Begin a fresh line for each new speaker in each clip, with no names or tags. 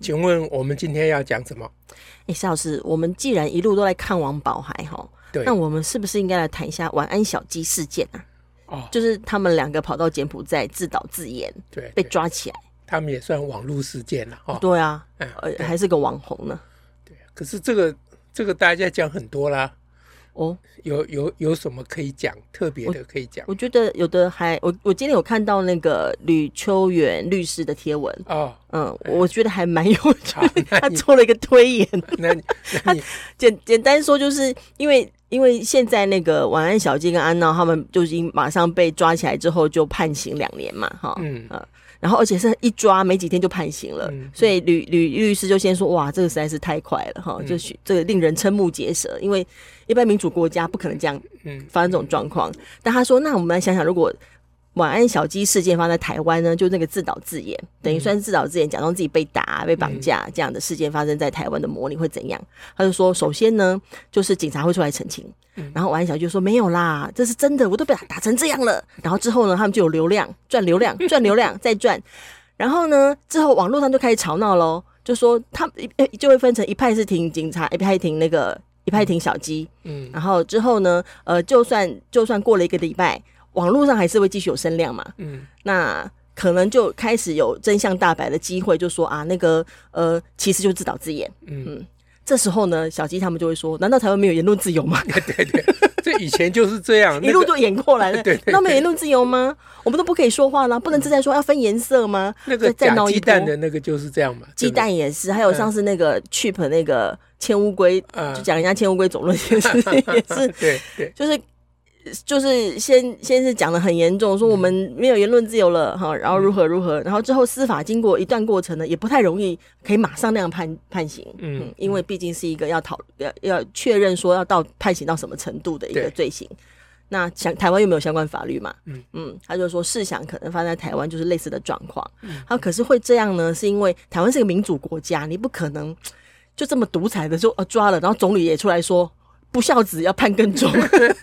请问我们今天要讲什么？
哎，邵老师，我们既然一路都在看王宝海哈，
对
那我们是不是应该来谈一下晚安小鸡事件啊？
哦，
就是他们两个跑到柬埔寨自导自演，
对，
被
对
抓起来。
他们也算网络事件了哦。
对啊，
嗯
呃，
对
还是个网红呢。
对，可是这个这个大家讲很多啦，
哦，
有有有什么可以讲特别的可以讲
我觉得有的还我我今天有看到那个吕秋远律师的贴文，
哦？
嗯，我觉得还蛮有趣
好
的。
那
他
你
做了一个推演，
那你那你
简简单说就是因为因为现在那个晚安小鸡跟安娜他们就已经马上被抓起来之后就判刑两年嘛，哈，
嗯
然后而且是一抓没几天就判刑了，
嗯
所以吕吕律师就先说哇，这个实在是太快了哈，
嗯
就是这个令人瞠目结舌，因为一般民主国家不可能这样
嗯
发生这种状况。但他说，那我们来想想，如果晚安小鸡事件发生在台湾呢，就那个自导自
嗯
演，等于算是自导自演，假装自己被打、被绑架这样的事件发生在台湾的模拟会怎样？他就说，首先呢，就是警察会出来澄清
嗯，
然后晚安小鸡就说没有啦，这是真的，我都被打打成这样了。然后之后呢，他们就有流量，赚流量， 赚流量，再赚。然后呢，之后网络上就开始吵闹喽，就说他呃就会分成一派是挺警察，一派挺那个，一派挺小鸡。
嗯
然后之后呢，呃，就算就算过了一个礼拜，网络上还是会继续有声量嘛。
嗯
那可能就开始有真相大白的机会，就说啊，那个呃，其实就自导自演。
嗯，
这时候呢，小鸡他们就会说：难道台湾没有言论自由 吗？
对对，这以前就是这样，
一
那
路
个
就演过来了，
对对对嗯
难道没有言论自由吗？我们都不可以说话了，不能自在说要分颜色吗？
那个
再再
假
闹一
鸡
波
蛋的那个就是这样嘛，
鸡蛋也是，还有上次那个 Chip 那个牵乌龟，
嗯
就讲人家牵乌龟总论 也是也是
对不对对
就是就是先先是讲的很严重，
嗯
说我们没有言论自由了哈，然后如何如何，然后之后司法经过一段过程呢，也不太容易可以马上那样判判刑，
嗯
嗯，因为毕竟是一个要讨要要确认说要到判刑到什么程度的一个
对
罪行。那想台湾又没有相关法律嘛？
嗯
嗯，他就说试想可能发生在台湾就是类似的状况。
嗯
他说可是会这样呢，是因为台湾是个民主国家，你不可能就这么独裁的就呃抓了，然后总理也出来说不孝子要判更重，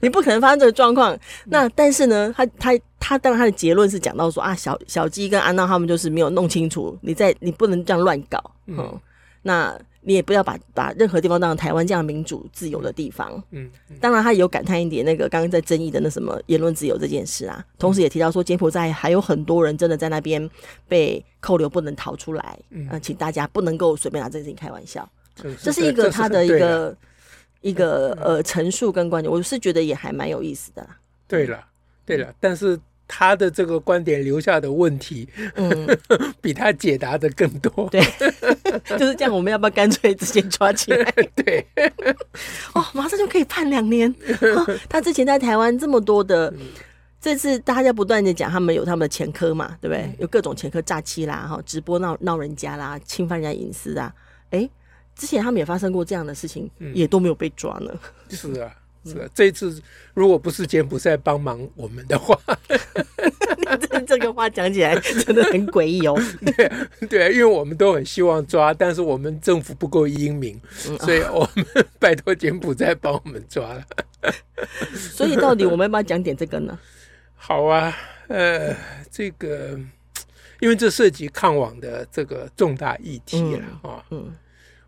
你不可能发生这个状况。那但是呢，他他他当然他的结论是讲到说啊，小小鸡跟安娜他们就是没有弄清楚，你在你不能这样乱搞，嗯，
嗯
那你也不要把把任何地方当成台湾这样民主自由的地方。
嗯嗯
当然，他也有感叹一点那个刚刚在争议的那什么言论自由这件事啊，同时也提到说柬埔寨还有很多人真的在那边被扣留，不能逃出来。嗯、
嗯，
请大家不能够随便拿这件事情开玩笑，
就
这是一个他的一
对了
个一个呃陈述跟观点，我是觉得也还蛮有意思的啦。
对了对了，但是他的这个观点留下的问题
嗯，
比他解答的更多。
对，就是这样。我们要不要干脆直接抓起来？
对，
哦，马上就可以判两 年。哦他之前在台湾这么多的，这次大家不断的讲他们有他们的前科嘛，对不对
嗯？
有各种前科，诈欺啦，哈，直播闹闹人家啦，侵犯人家隐私啊。哎，之前他们也发生过这样的事情，
嗯
也都没有被抓呢。
是啊，是啊。这次如果不是柬埔寨帮忙我们的话，
这这个话讲起来 真的很诡异哦。
对啊，因为我们都很希望抓，但是我们政府不够英明，
嗯
所以我们 拜托柬埔寨帮我们抓了。
所以到底我们要不要讲点这个 呢？
好啊，呃，这个因为这涉及抗网的这个重大议题了啊、
嗯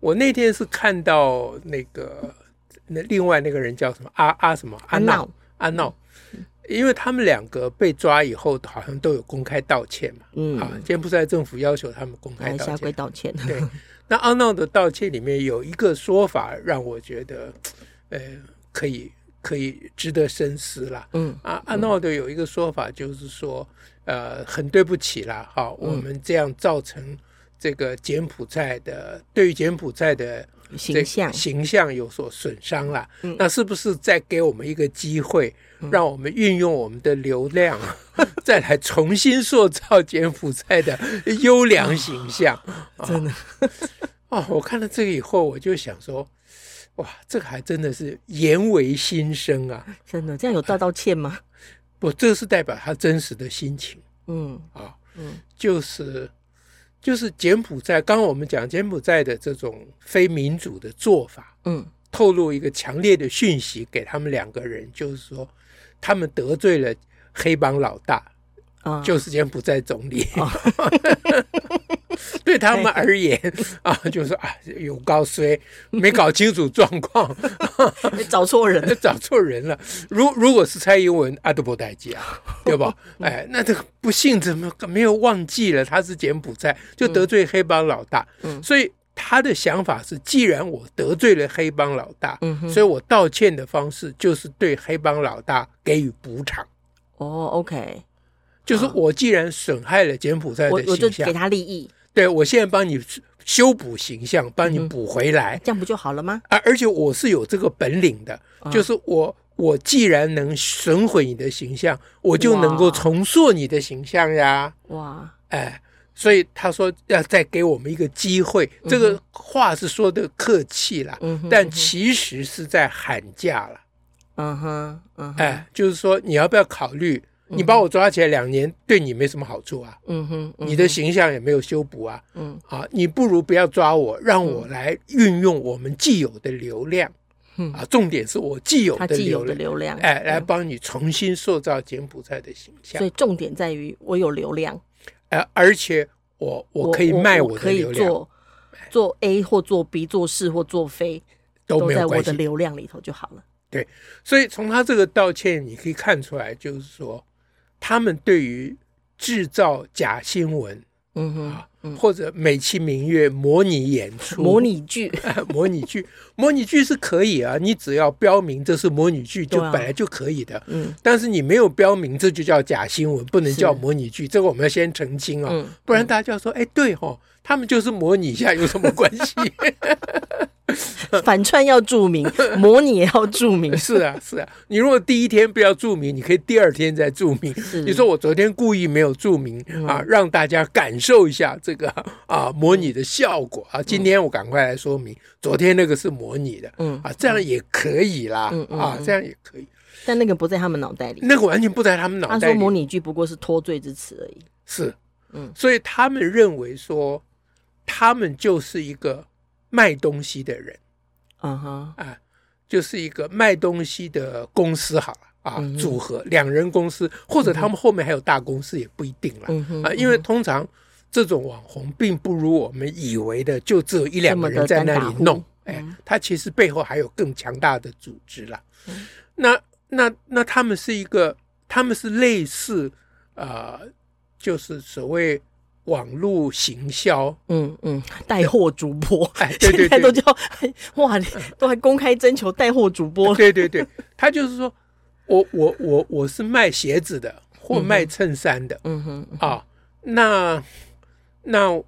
我那天是看到那个那另外那个人叫什么阿阿什么阿
安
闹
闹
阿闹，因为他们两个被抓以后，好像都有公开道歉嘛。啊
嗯，，
柬埔寨政府要求他们公开
来
道
下跪
歉。
道歉。
对，那阿闹的道歉里面有一个说法让我觉得，呃，可以可以值得深思啦。
嗯
啊，阿诺德有一个说法，就是说，呃，很对不起啦，哈、
嗯
我们这样造成这个柬埔寨的对于柬埔寨的这
形象
形象有所损伤啦。
嗯
那是不是再给我们一个机会，让我们运用我们的流量， 再来重新塑造柬埔寨的 优良形象？哦
真的
啊，我看了这个以后，我就想说，哇，这个还真的是言为心声啊！
真的这样有道道歉吗？
不，这是代表他真实的心情
嗯
啊，
嗯
就是就是柬埔寨，刚刚我们讲柬埔寨的这种非民主的做法，
嗯
透露一个强烈的讯息给他们两个人，就是说他们得罪了黑帮老大，
啊，
就是柬埔寨总理。 对他们而言啊，就是说啊，有高衰，没搞清楚状况，
找错人 了。
找错人了。如如果是蔡英文，阿都不待见啊，对吧？哎，那这个不幸怎么没有忘记了他是柬埔寨，就得罪黑帮老大，
嗯
所以。他的想法是，既然我得罪了黑帮老大，
嗯哼
所以我道歉的方式就是对黑帮老大给予补偿，
哦，OK，
就是
啊
我既然损害了柬埔寨
我
的
我就
形象
给，他利益，
对我现在帮你修补形象，帮你
嗯哼
补回来
这样不就好了吗？
啊！而且我是有这个本领的，
啊
就是我我既然能损毁你的形象，我就能够
哇
重塑你的形象呀！
哇，
哎，所以他说要再给我们一个机会，这个话是说的客气啦，
嗯哼，
但
嗯哼
其实是在喊价了。
嗯哼，嗯哼，
哎，就是说你要不要考虑？你把我抓起来两年，对你没什么好处啊，
嗯哼，嗯
你的
哼
形象也没有修补啊，
嗯
啊，你不如不要抓我，让我来运用我们既有的流量
嗯
啊。重点是我既有
他
的
既
流
有的
量，
流量，
哎，来
嗯，
帮你重新塑造柬埔寨的形象
所，以重点在于我有流量，
哎，而且我我可以卖我的
可以
流量，哎
做做 A 或做 B，做是或做非，
都
都
没
在
有
我
关
的
系。
流量里头就好了。
所以从他这个道歉，你可以看出来，就是说他们对于制造假新闻
嗯哼，
或者美其名曰模拟演出、
模拟剧，
模拟剧， 模拟剧是可以啊，你只要标明这是模拟剧，就
对啊
本来就可以的。
嗯
但是你没有标明，这就叫假新闻，不能
是
叫模拟剧。这个我们要先澄清啊、
嗯，
不然大家说，哎，对哦，他们就是模拟一下，有什么关 系？。
嗯反串要注明，模拟也要注明
是啊，是啊。你如果第一天不要注明，你可以第二天再注明。
是嗯
你说我昨天故意没有注明啊，让大家感受一下这个啊模拟的效果啊。今天我赶快来说明，昨天那个是模拟的
嗯，
啊，这样也可以啦
嗯嗯
啊，
嗯
这样也可以。
但那个不在他们脑袋里。
那个完全不在他们脑
他
袋
啊说
里
模拟剧不过是脱罪之词而已。
是，
嗯
所以他们认为说，他们就是一个卖东西的人
嗯哼，
啊，就是一个卖东西的公司好了啊，
嗯哼嗯
组合两人公司，或者他们后面还有大公司也不一定了、
嗯哼，
啊，因为通常这种网红并不如我们以为的，就只有一两个人在
这么
那
的单
里
打
弄
户，
哎
嗯，
他其实背后还有更强大的组织啦。
嗯
那那那他们是一个，他们是类似呃，就是所谓网络行销，
嗯嗯，带货主播，
哎对对
现在
对
都叫哇，你都还公开征求带货主播了。
对对对，他就是说我我我我是卖鞋子的或卖衬衫的，
嗯哼，
啊，那那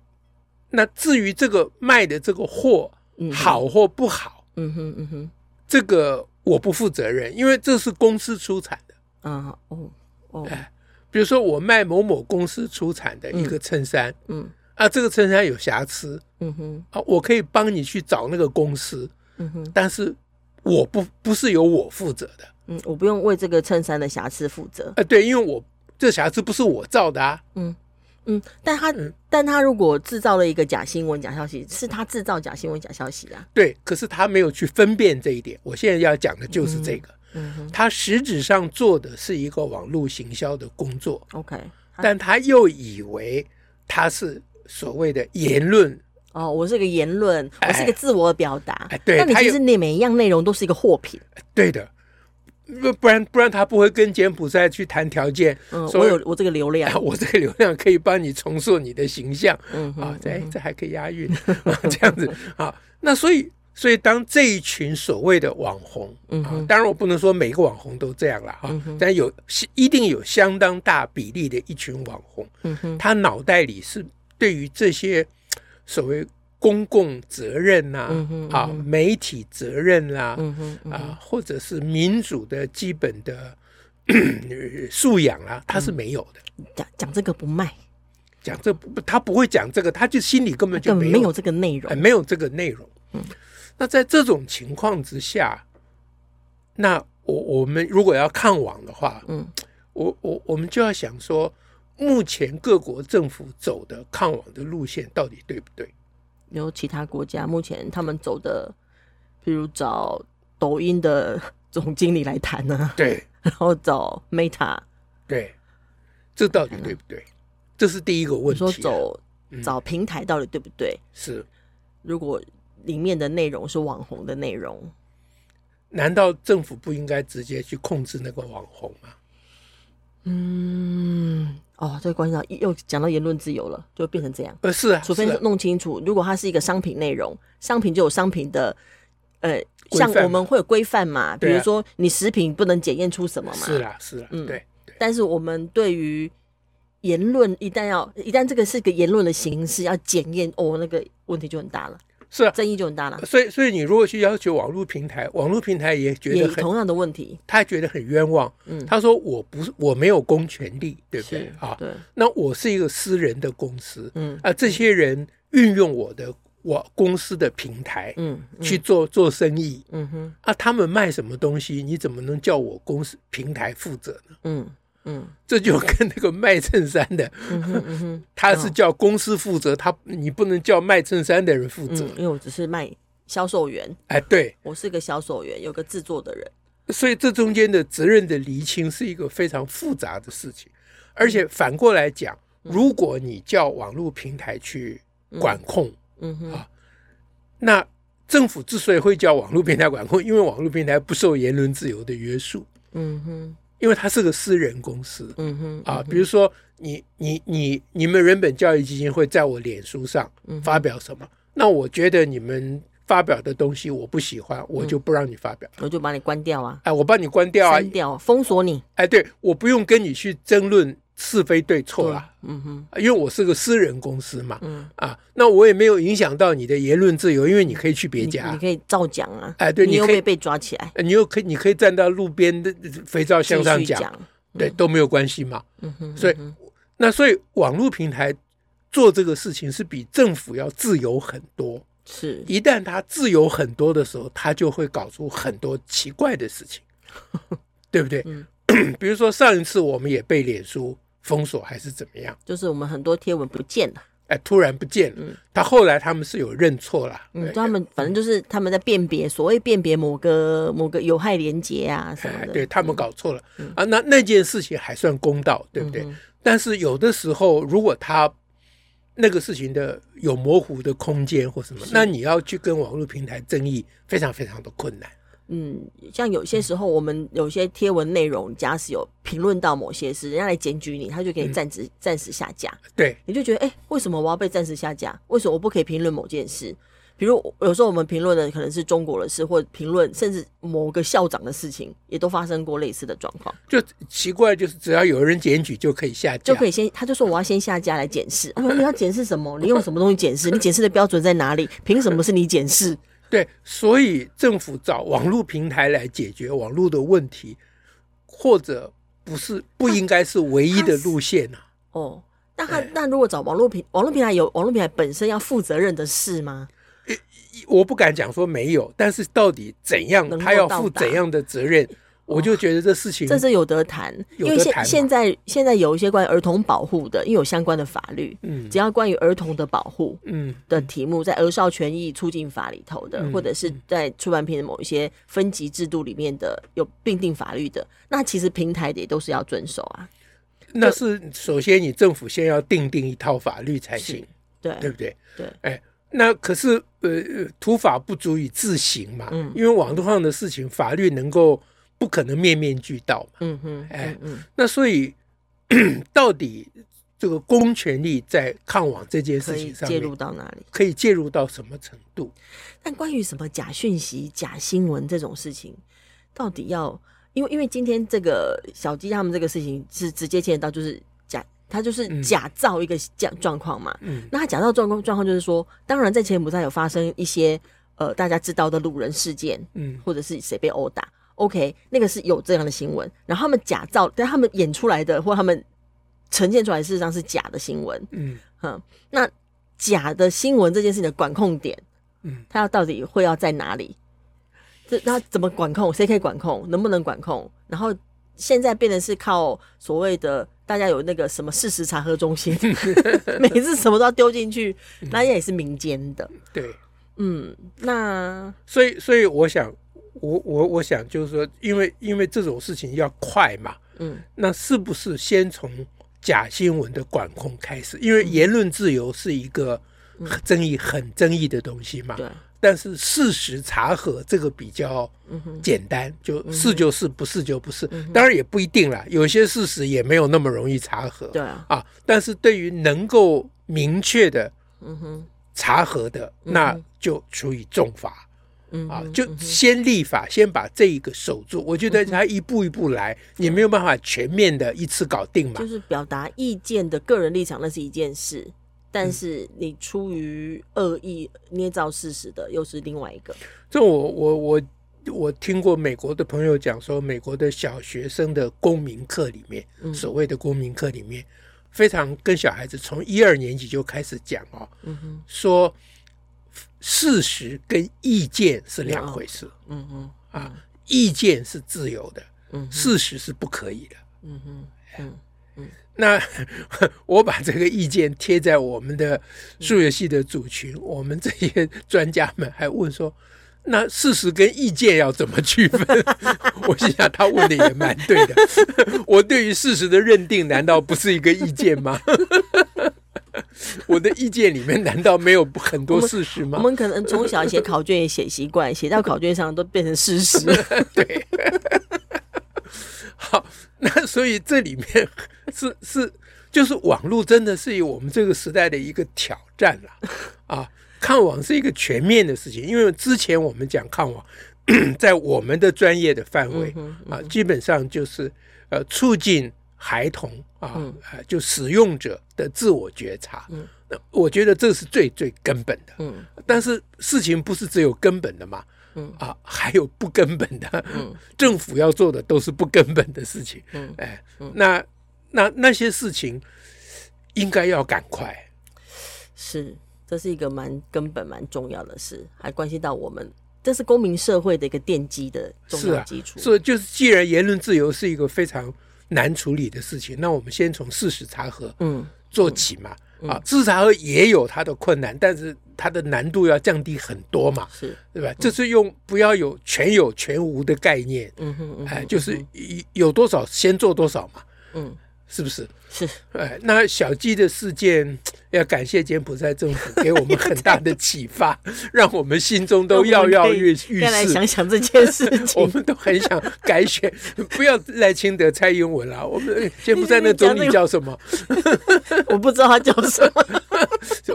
那至于这个卖的这个货
嗯
好或不好，
嗯哼，嗯哼，
这个我不负责任，因为这是公司出产的。
啊，哦哦，
比如说我卖某某公司出产的一个衬衫、
嗯
啊，这个衬衫有瑕疵
嗯哼，
啊，我可以帮你去找那个公司，
嗯哼，
但是我不不是由我负责的
嗯，我不用为这个衬衫的瑕疵负责。
啊，对，因为我这瑕疵不是我造的啊，
嗯，但他
嗯
但他如果制造了一个假新闻、假消息，是他制造假新闻、假消息啊。
对，可是他没有去分辨这一点。我现在要讲的就是这个。
嗯哼
他实质上做的是一个网络行销的工作，
，OK，
但他又以为他是所谓的言论，
哦，我是个言论，我是个自我表达
哎。对
那你
他
其
有
实你每一样内容都是一个货品。
对的，不不然不然他不会跟柬埔寨去谈条件，
嗯，
所
我
以
有我这个流量
啊。我这个流量可以帮你重塑你的形象
嗯哼
啊，这哎这还可以押 韵啊，这样子啊，那所以。所以，当这一群所谓的网红，
嗯
啊
哼，
当然我不能说每个网红都这样了啊
嗯，哼
但有一定有相当大比例的一群网红，
嗯哼，
他脑袋里是对于这些嘖所谓公共责任呐、啊，
嗯哼嗯哼
媒体责任啦、啊，
嗯哼，嗯哼，
或者是民主的基本的咳素养
嗯
啦、他是没有的。
讲讲这个不卖，
讲这不，他不会讲这个，他就心里根本就
根本
没
没有
有，
这个内容嗯
哎。没有这个内容。那在这种情况之下，那我我们如果要看网的话，
嗯，
我我我们就要想说，目前各国政府走的抗网的路线到底对不对？
有其他国家目前他们走的，譬如找抖音的 总经理来谈呢、
对
然后找 Meta，
对，这到底对不对？这是第一个
我
问题啊、
嗯说走
嗯
找平台到底对不对？
是，
如果里面的内容是网红的内容，
难道政府不应该直接去控制那个网红吗？
嗯，哦，这个关系到又讲到言论自由了，就变成这样。
呃，是啊，
除非
是啊
弄清楚，如果它是一个商品内容，商品就有商品的，呃，
规
像
范
我们会有规范嘛，比
对啊
如说你食品不能检验出什么嘛，
是啦，是啦，啊
嗯
对
但是我们对于言论，一旦要一旦这个是个言论的形式，要检验哦，那个问题就很大了，
是啊。
争议就很大了，
所以，所以你如果去要求网络平台，网络平台也觉
也
得很，
同样的问题，
他觉得很冤枉。
嗯
他说我不是我没有公权力，对不对
是
啊？
对，
那我是一个私人的公司
嗯
啊，这些人运用我的我公司的平台
嗯
去做做生意
嗯哼
啊，他们卖什么东西，你怎么能叫我公司平台负责呢？
嗯嗯
这就跟那个卖衬衫的，
嗯哼嗯哼，
他是叫公司负责，他你不能叫卖衬衫的人负
嗯
责。，
因为我只是卖销售员，
哎，对，
我是个销售员，有个制作的人，
所以这中间的责任的厘清是一个非常复杂的事情，而
嗯
且反过来讲，如果你叫网络平台去管控，
嗯哼
那政府之所以会叫网络平台管控，因为网络平台不受言论自由的约束，
嗯哼
因为它是个私人公司
嗯哼
啊。比如说你，你你你们人本教育基金会在我脸书上
嗯哼
发表什么，那我觉得你们发表的东西我不喜欢，我就不让你发表。
我就把你关掉啊，
哎，我帮你关掉啊！
嗯删掉，封锁你，
哎，对，我不用跟你去争论是非对错啦，
嗯哼
因为我是个私人公司嘛，
嗯，
啊，那我也没有影响到你的言论自由，因为你可以去别
你
家
你，可以照讲啊，
哎对
你
你
又
可以
没被抓起来，
呃你又可以你可以站到路边的肥皂
继
箱上
续
讲，
讲，
对，都没有关系嘛。
嗯哼，
所以
嗯哼
那所以网络平台做这个事情是比政府要自由很多，
是
一旦它自由很多的时候，它就会搞出很多奇怪的事 情，对不对？
嗯
比如说上一次我们也被脸书封锁还是怎么样。
就是我们很多贴文不见了，
哎，突然不见了。
嗯
他后来他们是有认错了，
嗯，
对
他们反正就是他们在辨别，所谓辨别某个某个有害连结啊什么
哎
的，
对他们搞错了、啊。那那件事情还算公道，对不对？
嗯
但是有的时候，如果他那个事情的有模糊的空间或什么，那你要去跟网络平台争议，非常非常的困难。
嗯，像有些时候我们有些贴文内容，假使有评论到某些事，人家来检举你，他就
嗯
给你暂时暂时下架，
对，
你就觉得，哎、为什么我要被暂时下架？为什么我不可以评论某件事？比如有时候我们评论的可能是中国的事，或者评论甚至某个校长的事情，也都发生过类似的状况，
就奇怪，就是只要有人检举就可以下架，
就可以先，他就说我要先下架来检视。我说你要检视什么？你用什么东西检视？你检视的标准在哪里？凭什么是你检视？
对，所以政府找网络平台来解决网络的问题，或者不是不应该是唯一的路线啊。
哦，那他
对
那如果找网络平网络平台有网络平台本身要负责任的事吗？
我不敢讲说没有，但是到底怎样
能，够
他要负
到达
怎样的责任，我就觉得这事情
这是有得谈，因为
嗯有
现
得谈嘛
现在现在有一些关于儿童保护的，因为有相关的法律，
嗯
只要关于儿童的保护
嗯
的题目，在《儿少权益促进法》里头的，
嗯
或者是在出版品的某一些分级制度里面的有并定法律的，那其实平台也都是要遵守啊。
那是首先你政府先要定定一套法律才
是
行，
对
对不对？
对，
哎，那可是呃，呃土法不足以自行嘛，
嗯
因为网络上的事情法律能够不可能面面俱到嘛，
嗯哼，
哎
嗯嗯，
那所以 到底这个公权力在抗网这件
嗯可
事
以
情上
介入
面
到哪里？
可以介入到什么程度？
但关于什么假讯息、假新闻这种事情，到底要因为因为今天这个小鸡他们这个事情是直接牵扯到就是假，他就是
嗯
假造一个假状况嘛。
嗯
那他假造状况状况就是说，当然在柬埔寨有发生一些呃大家知道的路人事件，
嗯
或者是谁被殴打。OK，那个是有这样的新闻，然后他们假造，但他们演出来的或他们呈现出来，事实上是假的新闻。
嗯
嗯，那假的新闻这件事情的管控点，
嗯，
他要到底会要在哪里？这那怎么管控？谁可以管控？能不能管控？然后现在变得是靠所谓的大家有那个什么事实查核中 心，每次什么都要丢进去，
嗯
那也是民间的。
对，
嗯，那
所以所以我想，我我我想就是说，因为因为这种事情要快嘛，
嗯
那是不是先从假新闻的管控开始？因为
嗯
言论自由是一个很争议很争议的东西嘛。
对，
但是事实查核这个比较
嗯哼，
简单，就是就是，不是就不是
嗯。哼
当然也不一定啦，有些事实也没有那么容易查核。
对啊，
啊，但是对于能够明确的
嗯哼，
查核的，
嗯
那就处以重罚
嗯
啊
哼，
就
嗯哼嗯
先立法，先把这一个守住。我觉得他一步一步来，也没有办法全面的一次搞定嘛
就。是表达意见的个人立场，那是一件事。但是你出于恶意捏造事实的，又是另外一个。
这我我我我听过美国的朋友讲说，美国的小学生的公民课里面，
嗯
所谓的公民课里面，非常跟小孩子从一二年级就开始讲哦，
嗯哼，
说事实跟意见是两回事
嗯哼，
啊，意见是自由的，
嗯哼，
事实是不可以的。
嗯哼，嗯
那我把这个意见贴在我们的数学系的组群，我们这些专家们还问说，那事实跟意见要怎么区分？ 我心想他问的也蛮对的， 我对于事实的认定难道不是一个意见吗？ 我的意见里面难道没有很多事实
我
吗？
们可能从小写考卷也写习惯，写到考卷上都变成事实。
好， 那所以这里面 是是就是网络真的是我们这个时代的一个挑战了啊！抗网是一个全面的事情，因为之前我们讲抗网， 在我们的专业的范围、
嗯
啊，基本上就是呃促进孩童啊、
嗯
呃就使用者的自我觉察。
嗯
那我觉得这是最最根本的。
嗯
但是事情不是只有根本的嘛，
嗯
啊，还有不根本的，
嗯
政府要做的都是不根本的事情，
嗯
哎，
嗯
那那那些事情应该要赶快，
是，这是一个蛮根本、蛮重要的事，还关系到我们，这是公民社会的一个奠基的重
是
要
啊
基础。
所以就是既然言论自由是一个非常难处理的事情，那我们先从事实查核
嗯
做起嘛，啊，事实查核也有它的困难，但是它的难度要降低很多嘛，
是，
对吧？这是用不要有全有全无的概念，
嗯哼嗯
哎，
哼
就是一有多少先做多少嘛，
嗯
是不是？
是
哎，那小鸡的事件要感谢柬埔寨政府给我们很大的 启发，让我们心中都跃跃欲欲
该来
试。
想想这件事情
我。们都很想改选， 不要赖清德、蔡英文啦。我们哎柬埔寨那总理叫什么？
我不知道他叫什么，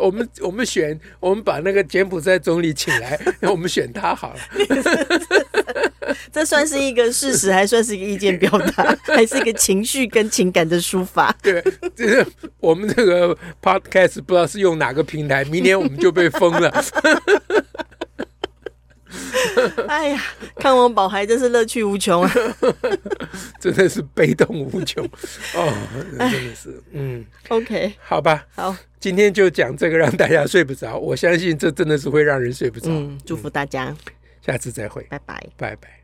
我们我们选，我们把那个柬埔寨总理请来， 那我们选他好了。
这算是一个事实，还算是一个意见表达，还是一个情绪跟情感的抒发。
对，这是我们这个 podcast 不知道是用哪个平台，明年我们就被封了。
哎呀，看王宝还真是乐趣无穷啊！
真的是悲痛无穷哦，真的是，嗯，
OK，
好吧，
好，
今天就讲这个，让大家睡不着。我相信这真的是会让人睡不着。
嗯，祝福大家，
下次再会，
拜拜。
拜拜。